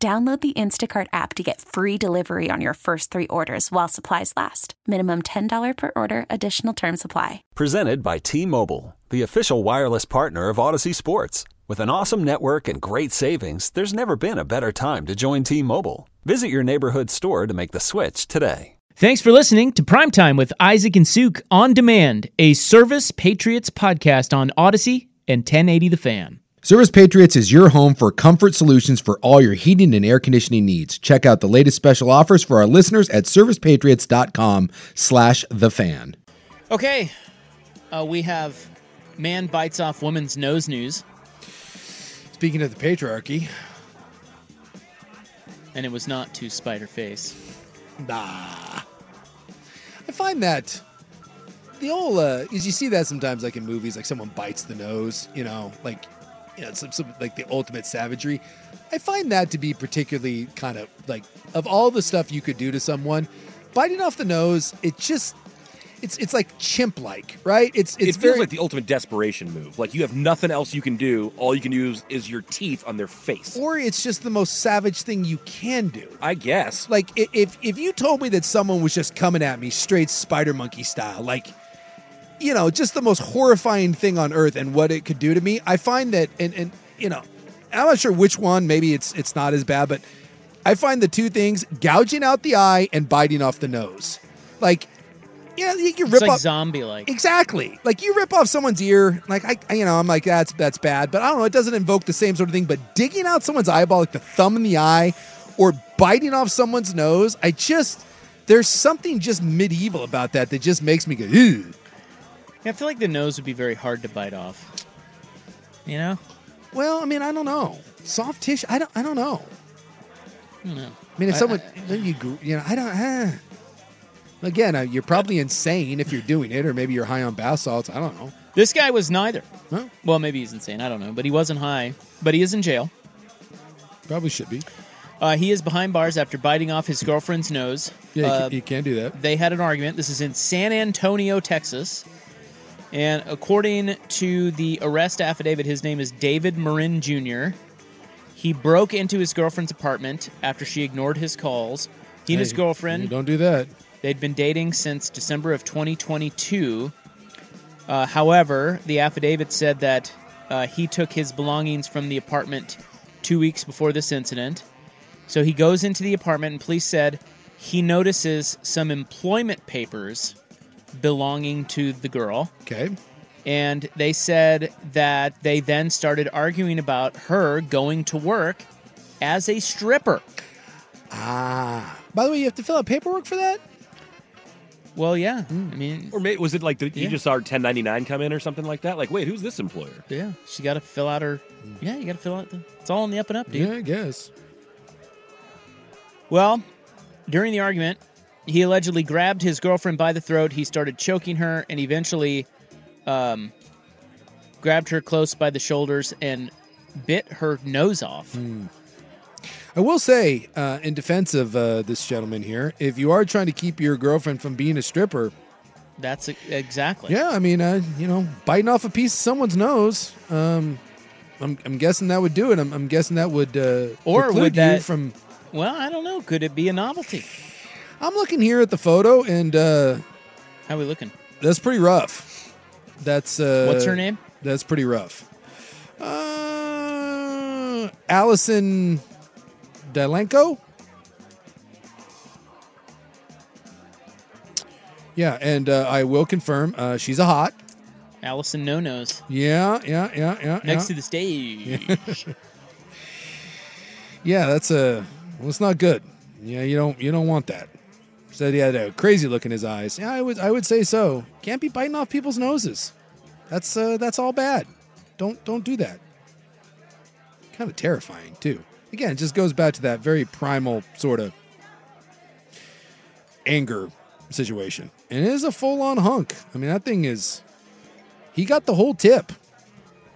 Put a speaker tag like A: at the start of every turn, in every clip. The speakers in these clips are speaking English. A: Download the Instacart app to get free delivery on your first three orders while supplies last. Minimum $10 per order, additional term supply.
B: Presented by T Mobile, the official wireless partner of Odyssey Sports. With an awesome network and great savings, there's never been a better time to join T Mobile. Visit your neighborhood store to make the switch today.
C: Thanks for listening to Primetime with Isaac and Suk on Demand, a Service Patriots podcast on Odyssey and 1080 The Fan.
D: Service Patriots is your home for comfort solutions for all your heating and air conditioning needs. Check out the latest special offers for our listeners at servicepatriots.com slash the fan.
C: Okay, uh, we have man bites off woman's nose news,
E: Speaking of the patriarchy,
C: and it was not to Spider Face.
E: nah. I find that the old uh, is you see that sometimes like in movies, like someone bites the nose, you know, like you know, some, some like the ultimate savagery. I find that to be particularly kind of like of all the stuff you could do to someone, biting off the nose, it just it's it's like chimp like, right? It's it's
F: it feels
E: very
F: like the ultimate desperation move. Like you have nothing else you can do. All you can use is your teeth on their face.
E: or it's just the most savage thing you can do.
F: I guess.
E: Like i- if if you told me that someone was just coming at me straight spider monkey style, like you know, just the most horrifying thing on earth and what it could do to me, I find that and and you know, I'm not sure which one, maybe it's it's not as bad, but I find the two things gouging out the eye and biting off the nose. Like yeah, you, you
C: It's
E: rip
C: like
E: off
C: zombie like.
E: Exactly. Like you rip off someone's ear, like I, I- you know, I'm like that's that's bad, but I don't know, it doesn't invoke the same sort of thing. But digging out someone's eyeball, like the thumb in the eye, or biting off someone's nose, I just there's something just medieval about that that just makes me go. Ew.
C: I feel like the nose would be very hard to bite off. You know?
E: Well, I mean, I don't know, soft tissue. I don't, I don't know.
C: I don't know.
E: I mean, if someone, then you, gr- you know, I don't. Uh, again, uh, you're probably insane if you're doing it, or maybe you're high on bath salts. I don't know.
C: This guy was neither.
E: Well,
C: Well, maybe he's insane. I don't know. But he wasn't high. But he is in jail.
E: probably should be.
C: Uh, he is behind bars after biting off his girlfriend's nose.
E: Yeah, you,
C: Uh,
E: can, you can do that.
C: they had an argument. This is in San Antonio, Texas. And according to the arrest affidavit, his name is David Marin Jr. He broke into his girlfriend's apartment after she ignored his calls. He and his
E: Hey,
C: girlfriend,
E: Don't do that.
C: they'd been dating since December of 2022. Uh, however, the affidavit said that uh, he took his belongings from the apartment two weeks before this incident. So he goes into the apartment, and police said he notices some employment papers belonging to the girl.
E: Okay.
C: And they said that they then started arguing about her going to work as a stripper.
E: Ah. By the way, you have to fill out paperwork for that?
C: Well, yeah. I mean,
F: Or maybe was it like the,
C: Yeah.
F: you just saw her 1099 come in or something like that? Like, wait, who's this employer?
C: Yeah, she got to fill out her.
E: Mm.
C: Yeah, you got to fill out. The, it's all in the up and up, dude.
E: I guess.
C: Well, during the argument, he allegedly grabbed his girlfriend by the throat. He started choking her, and eventually, um, grabbed her close by the shoulders and bit her nose off.
E: Hmm. I will say, uh, in defense of uh, this gentleman here, if you are trying to keep your girlfriend from being a stripper,
C: That's e- exactly.
E: yeah, I mean, uh, you know, biting off a piece of someone's nose, um, I'm, I'm guessing that would do it. I'm, I'm guessing that would uh,
C: Or
E: preclude
C: would
E: you
C: that-
E: from.
C: Well, I don't know. Could it be a novelty?
E: I'm looking here at the photo, and uh,
C: How we looking?
E: that's pretty rough. That's uh,
C: What's her name?
E: That's pretty rough. Uh, Allison Delenko. Yeah, and uh, I will confirm uh, she's a hot.
C: Allison No Nose.
E: Yeah, yeah, yeah, yeah.
C: Next
E: yeah.
C: to the stage.
E: yeah, that's a. Well, it's not good. Yeah, you don't you don't want that. Said he had a crazy look in his eyes. Yeah, I would I would say so. Can't be biting off people's noses. That's uh, that's all bad. Don't don't do that. Kind of terrifying too. again, it just goes back to that very primal sort of anger situation. And it is a full on hunk. I mean, that thing is. He got the whole tip.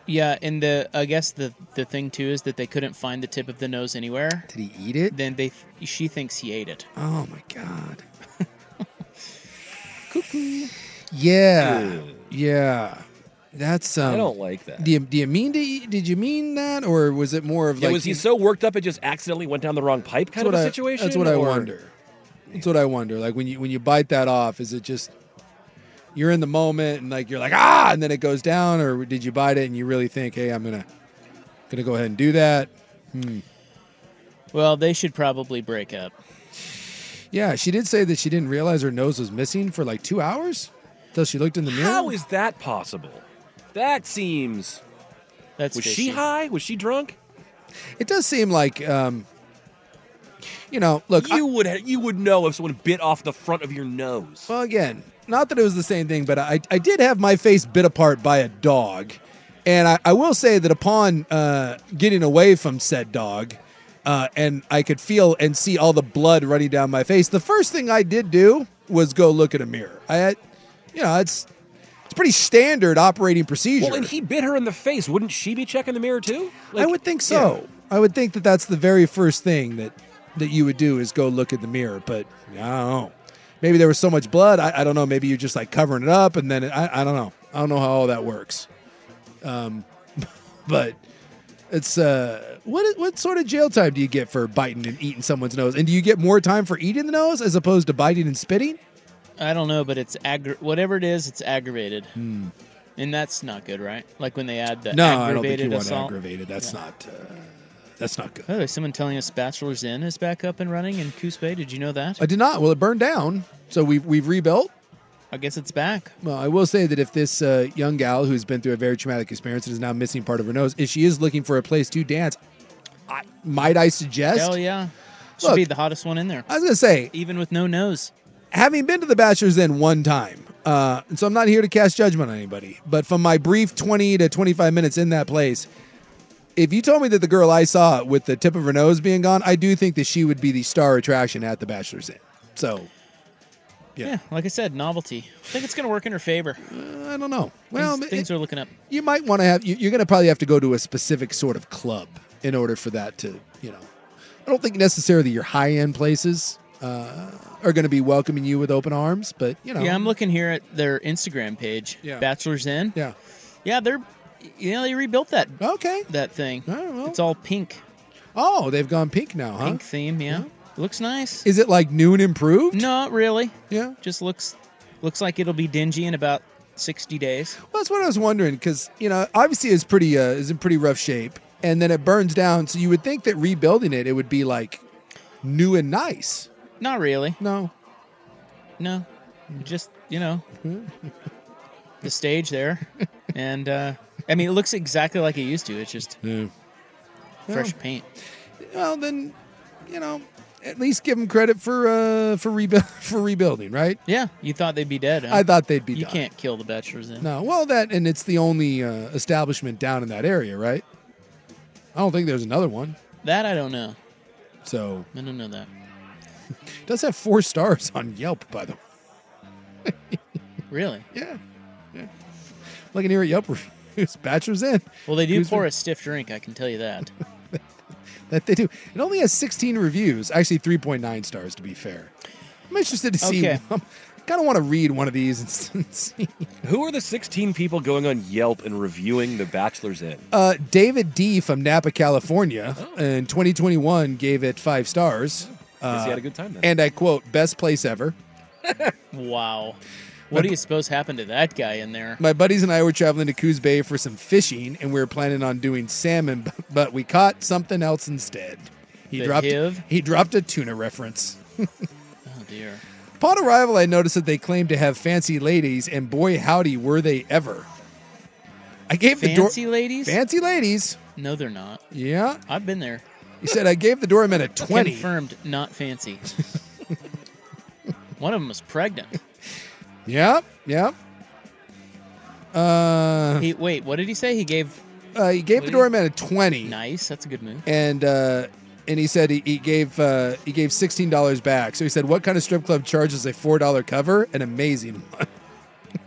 C: Yeah, and the I guess the the thing too is that they couldn't find the tip of the nose anywhere.
E: Did he eat it?
C: Then they she thinks he ate it.
E: Oh my god. Yeah.
F: Ew.
E: Yeah. That's um
F: I don't like that.
E: Do you, do you mean to eat? Did you mean that, or was it more of
F: Yeah,
E: like
F: was he so worked up it just accidentally went down the wrong pipe kind of a
E: what I-
F: situation?
E: That's what I
F: or-
E: wonder. That's what I wonder. Like when you when you bite that off, is it just you're in the moment and like you're like ah, and then it goes down, or did you bite it and you really think, hey, I'm gonna gonna go ahead and do that?
C: Well, they should probably break up.
E: Yeah, she did say that she didn't realize her nose was missing for like two hours till she looked in the mirror.
F: How is that possible? That seems.
C: That's
F: Was
C: fishy.
F: she high? Was she drunk?
E: it does seem like um, you know, look, I-
F: You would ha- you would know if someone bit off the front of your nose.
E: Well, again, not that it was the same thing, but I, I did have my face bit apart by a dog. And I, I will say that upon uh, getting away from said dog, uh, and I could feel and see all the blood running down my face, the first thing I did do was go look at a mirror. I had, you know, it's it's pretty standard operating procedure.
F: Well, and he bit her in the face. Wouldn't she be checking the mirror too?
E: I would think so. I would think that that's the very first thing that that you would do is go look in the mirror. But I don't know. Maybe there was so much blood. I, I don't know. Maybe you're just like covering it up, and then it, I, I don't know. I don't know how all that works. Um, but it's uh, what what sort of jail time do you get for biting and eating someone's nose? And do you get more time for eating the nose as opposed to biting and spitting?
C: I don't know, but it's aggra- whatever it is, it's aggravated. And that's not good, right? Like when they add the
E: Hmm. No, I don't think you
C: aggravated
E: want
C: assault.
E: aggravated. That's not uh, that's not good.
C: Oh, is someone telling us Bachelor's Inn is back up and running in Coos Bay? Did you know that?
E: I did not. Well, it burned down, so we've we've rebuilt.
C: I guess it's back.
E: Well, I will say that if this uh, young gal who's been through a very traumatic experience and is now missing part of her nose, if she is looking for a place to dance, I, might I suggest?
C: Hell yeah. Should
E: Look.
C: be the hottest one in there,
E: I was going to say,
C: even with no nose.
E: having been to the Bachelor's Inn one time, uh, and so I'm not here to cast judgment on anybody, but from my brief 20 to 25 minutes in that place, if you told me that the girl I saw with the tip of her nose being gone, I do think that she would be the star attraction at the Bachelor's Inn. So Yeah.
C: Yeah. like I said, novelty. I think it's going to work in her favor.
E: uh, I don't know. Well,
C: things,
E: it-
C: things are looking up.
E: you might want to have you, you're going to probably have to go to a specific sort of club in order for that to you know i don't think necessarily your high-end places uh, are going to be welcoming you with open arms but you know
C: Yeah, I'm looking here at their Instagram page,
E: Yeah.
C: Bachelor's Inn.
E: yeah
C: Yeah, they're, you know, they rebuilt that
E: okay
C: that thing.
E: All right, well.
C: It's all pink,
E: oh they've gone pink now huh
C: pink theme. Yeah, looks nice.
E: is it like new and improved
C: Not really.
E: yeah
C: Just looks looks like it'll be dingy in about sixty days.
E: Well, that's what I was wondering because you know obviously it's pretty uh, is in pretty rough shape, and then it burns down. So you would think that rebuilding it, it would be like new and nice.
C: Not really.
E: No,
C: No, just you know, the stage there, and uh, I mean, it looks exactly like it used to. It's just fresh paint.
E: well then, you know, at least give them credit for uh, for rebuild for rebuilding, right?
C: Yeah, you thought they'd be dead. Huh?
E: I thought they'd be
C: you
E: done.
C: can't kill the bachelors in.
E: No, well that and it's the only uh, establishment down in that area, right? I don't think there's another one.
C: That I don't know.
E: So
C: I don't know that.
E: it does have four stars on Yelp, by the way.
C: Really?
E: Yeah, yeah. Looking here at Yelp reviews, Bachelor's Inn.
C: Well, they do
E: Who's
C: pour a stiff drink. I can tell you that.
E: That they do. It only has 16 reviews, actually 3.9 stars to be fair. I'm interested to see.
C: Okay.
E: I kind of want to read one of these and s- and see.
F: Who are the 16 people going on Yelp and reviewing The Bachelor's Inn?
E: Uh, David D from Napa, California, in 2021 gave it five stars.
F: Guess he had a good time then.
E: Uh, And I quote, best place ever.
C: Wow. What do you suppose happened to that guy in there?
E: My buddies and I were traveling to Coos Bay for some fishing, and we were planning on doing salmon, but- but we caught something else instead. He
C: The
E: dropped
C: hiv?
E: he dropped a tuna reference.
C: Oh dear.
E: Upon arrival, I noticed that they claimed to have fancy ladies, and boy howdy were they ever! I gave
C: Fancy
E: the door
C: ladies?
E: fancy ladies.
C: no, they're not.
E: Yeah,
C: I've been there.
E: he said I gave the doorman a twenty.
C: Confirmed, not fancy. One of them was pregnant.
E: Yep, yep. Uh,
C: He, wait, what did he say? He gave
E: uh, he gave the
C: Wait.
E: doorman a twenty,
C: nice. That's a good move.
E: and uh, and he said he, he gave uh, he gave sixteen dollars back. So he said, "What kind of strip club charges a four dollar cover? An amazing one."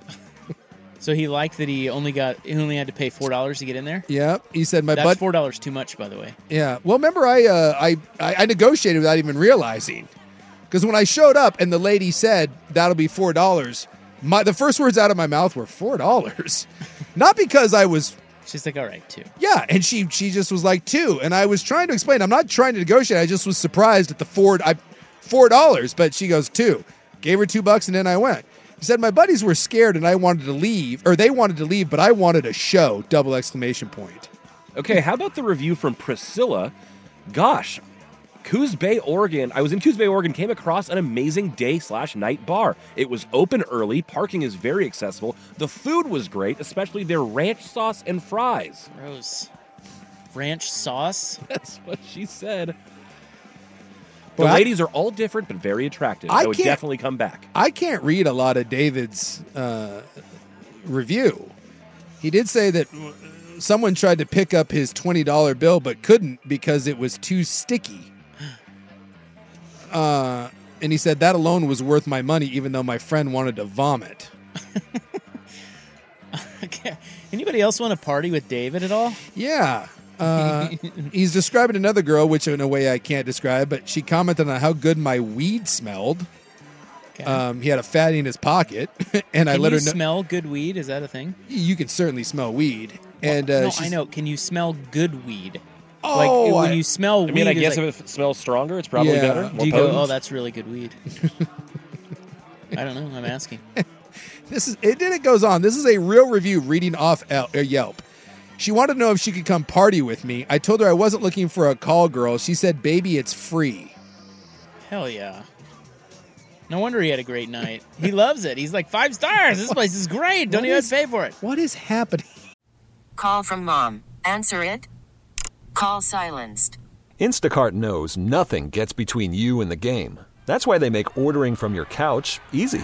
C: So he liked that he only got he only had to pay four dollars to get in there.
E: yeah, he said my
C: That's
E: butt.
C: four dollars too much, by the way.
E: yeah, well, remember I uh, I I I negotiated without even realizing because when I showed up and the lady said that'll be four dollars, my the first words out of my mouth were four dollars, not because I was
C: She's like, all right, two.
E: Yeah, and she she just was like two, and I was trying to explain. I'm not trying to negotiate. I just was surprised at the four I four dollars, but she goes two, gave her two bucks, and then I went. She said my buddies were scared, and I wanted to leave, or they wanted to leave, but I wanted a show. Double exclamation point.
F: Okay, how about the review from Priscilla? Gosh, Coos Bay, Oregon. I was in Coos Bay, Oregon, came across an amazing day slash night bar. It was open early, parking is very accessible. The food was great, especially their ranch sauce and fries.
C: Gross. Ranch sauce.
F: That's what she said.
E: Well,
F: the
E: I-
F: ladies are all different but very attractive.
E: I
F: I would
E: can't-
F: definitely come back.
E: I can't read a lot of David's uh, review. He did say that someone tried to pick up his twenty dollar bill, but couldn't because it was too sticky. Uh, and he said that alone was worth my money, even though my friend wanted to vomit.
C: Okay. Anybody else want to party with David at all?
E: Yeah. Uh, he's describing another girl, which in a way I can't describe, but she commented on how good my weed smelled.
C: Okay.
E: Um, he had a fatty in his pocket, and I
C: Can
E: let
C: you
E: her know
C: smell good weed? Is that a thing?
E: you can certainly smell weed. And uh,
C: no, I
E: she's-
C: know. Can you smell good weed?
E: Oh,
C: like when
E: I-
C: you smell
F: I
C: weed,
F: mean, I
C: it's
F: guess
C: like,
F: if it smells stronger, it's probably
E: Yeah.
F: better.
E: Do
F: more
C: do you
F: potent.
C: go, oh, that's really good weed? I don't know. I'm asking.
E: This is it. Then it goes on. This is a real review reading off El- uh, Yelp. She wanted to know if she could come party with me. I told her I wasn't looking for a call girl. She said, "Baby, it's free."
C: Hell yeah. No wonder he had a great night. He loves it. He's like five stars. This place is great. Don't
E: What
C: even
E: is-
C: pay for it.
E: What is happening?
G: Call from mom. Answer it. Call silenced.
B: Instacart knows nothing gets between you and the game. That's why they make ordering from your couch easy.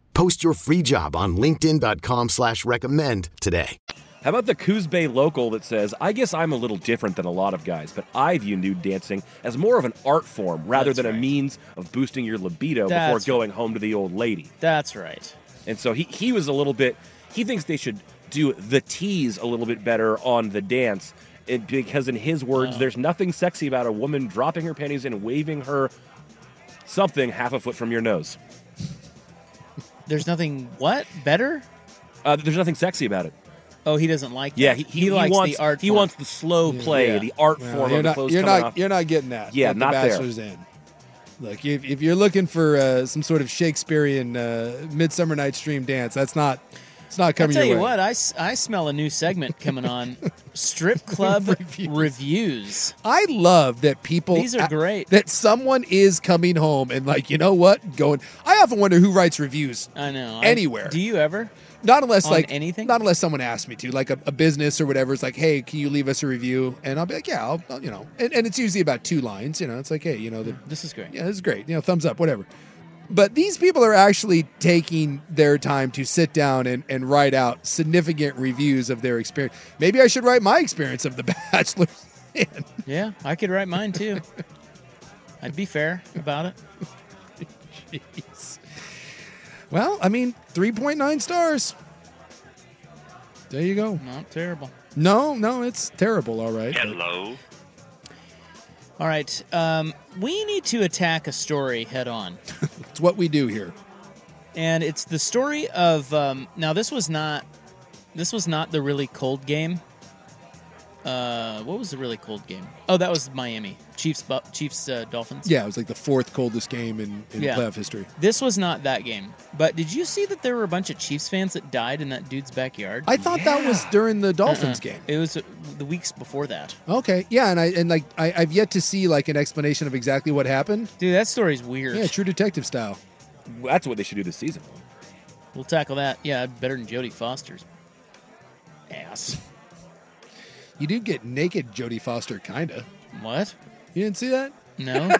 H: Post your free job on linkedin.com/recommend slash recommend today.
F: How about the Coos Bay local that says, I guess I'm a little different than a lot of guys, but I view nude dancing as more of an art form rather
C: That's
F: than a
C: right.
F: means of boosting your libido
C: That's
F: before going home to the old lady.
C: That's right.
F: And so he, he was a little bit, he thinks they should do the tease a little bit better on the dance it, because, in his
C: Oh.
F: words, there's nothing sexy about a woman dropping her panties and waving her something half a foot from your nose.
C: There's nothing what better.
F: Uh, there's nothing sexy about it.
C: Oh, he doesn't like. That.
F: Yeah, he, he, he
C: likes
F: wants,
C: the art.
F: He
C: form.
F: wants the slow play,
C: Yeah.
F: the art
E: No,
F: form
E: you're
F: of the
E: not.
F: clothes
E: You're
F: coming
E: not.
F: off.
E: You're not getting that.
F: Yeah,
E: at the
F: not there.
E: Bachelor's Inn. Look, if, if you're looking for uh, some sort of Shakespearean uh, Midsummer Night's Dream dance, that's not. It's not
C: I
E: coming
C: tell
E: your
C: you
E: way.
C: what, I, s- I smell a new segment coming on. Strip club reviews.
E: I love that people.
C: These are great.
E: That someone is coming home and like, you know what? Going. I often wonder who writes reviews.
C: I know. I-
E: Anywhere.
C: do you ever?
E: Not unless
C: On
E: like
C: anything?
E: Not unless someone asks me to, like a, a business or whatever. It's like, hey, can you leave us a review? And I'll be like, yeah, I'll, I'll you know. And, and it's usually about two lines. You know, it's like, hey, you know, the,
C: This is great.
E: yeah, this is great. You know, thumbs up, whatever. But these people are actually taking their time to sit down and, and write out significant reviews of their experience. Maybe I should write my experience of The Bachelor. man.
C: Yeah, I could write mine too. I'd be fair about it.
E: Jeez. Well, I mean, 3.9 stars. There you go.
C: Not terrible.
E: No, no, it's terrible, all right.
I: Hello.
C: All right, um, we need to attack a story head on,
E: It's what we do here.
C: and it's the story of um, now. This was not, this was not the really cold game. Uh, what was the really cold game? Oh, that was Miami Chiefs. Bu- Chiefs uh, Dolphins.
E: Yeah, it was like the fourth coldest game in, in
C: Yeah.
E: playoff history.
C: This was not that game. But did you see that there were a bunch of Chiefs fans that died in that dude's backyard?
E: I thought that was during the Dolphins
C: Uh-uh.
E: game.
C: It was uh, the weeks before that.
E: Okay, yeah, and I and like I, I've yet to see like an explanation of exactly what happened.
C: Dude, that story's weird.
E: Yeah, True Detective style.
F: That's what they should do this season.
C: We'll tackle that. Yeah, better than Jodie Foster's ass.
E: You do get naked Jodie Foster, kinda.
C: What?
E: You didn't see that?
C: No.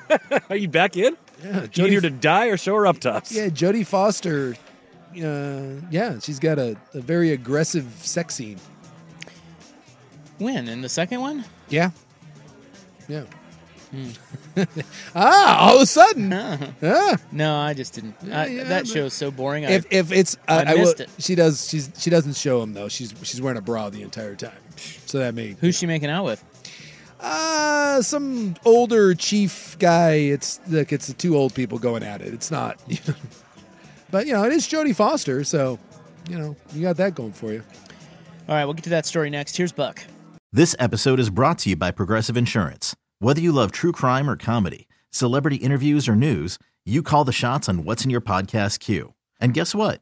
F: Are you back in?
E: Yeah,
F: You need her
E: Jodie.
F: to die or show her up to us.
E: Yeah, Jodie Foster. Uh, yeah, she's got a, a very aggressive sex scene.
C: when? In the second one?
E: Yeah. Yeah. ah, all of a sudden. Ah.
C: No, I just didn't. I,
E: yeah,
C: that
E: but-
C: show's so boring.
E: If,
C: I,
E: if it's I,
C: I
E: I will-
C: missed it.
E: she does she's she doesn't show him though. She's she's wearing a bra the entire time. So that may
C: who's she making out with?
E: uh some older chief guy. It's like it's the two old people going at it. It's not you know. But you know, it is Jodie Foster, so you know, you got that going for you.
C: All right, we'll get to that story next. Here's Buck.
J: This episode is brought to you by Progressive Insurance. Whether you love true crime or comedy, celebrity interviews or news, you call the shots on what's in your podcast queue. And guess what?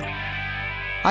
K: I